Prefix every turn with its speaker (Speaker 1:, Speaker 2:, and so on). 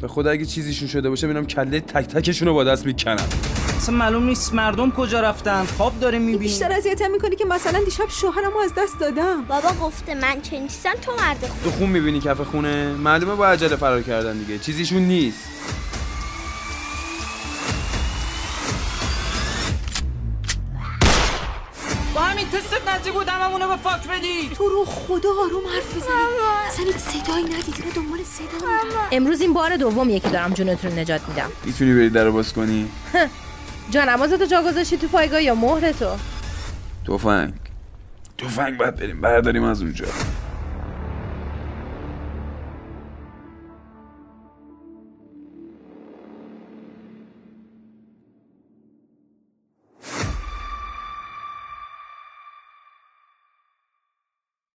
Speaker 1: به خدا اگه چیزیشون شده باشه میرم کله تک تکشون رو با دست میکنم
Speaker 2: اصلا معلوم نیست مردم کجا رفتن خواب داریم میبینیم
Speaker 3: بیشتر اذیتم میکنی که مثلا دیشب شوهرمو از دست دادم
Speaker 4: بابا گفته من چه نیستم تو مرد خوب
Speaker 1: تو خون میبینی کف خونه معلومه با عجله فرار کردن دیگه چیزیشون نیست
Speaker 2: با همین تست نزدیک بود هممونو به فاک بدی
Speaker 3: تو رو خدا آروم حرف بزن اصلا هیچ صدایی ندید اینا دنبال صدا میرن.
Speaker 5: امروز این بار دومیه که دارم جونتون رو نجات میدم
Speaker 1: میتونی بری در رو باز کنی
Speaker 5: جانمازتو جا گذاشتی تو پایگاه یا مهرتو
Speaker 1: تفنگ تفنگ باید بریم برداریم از اونجا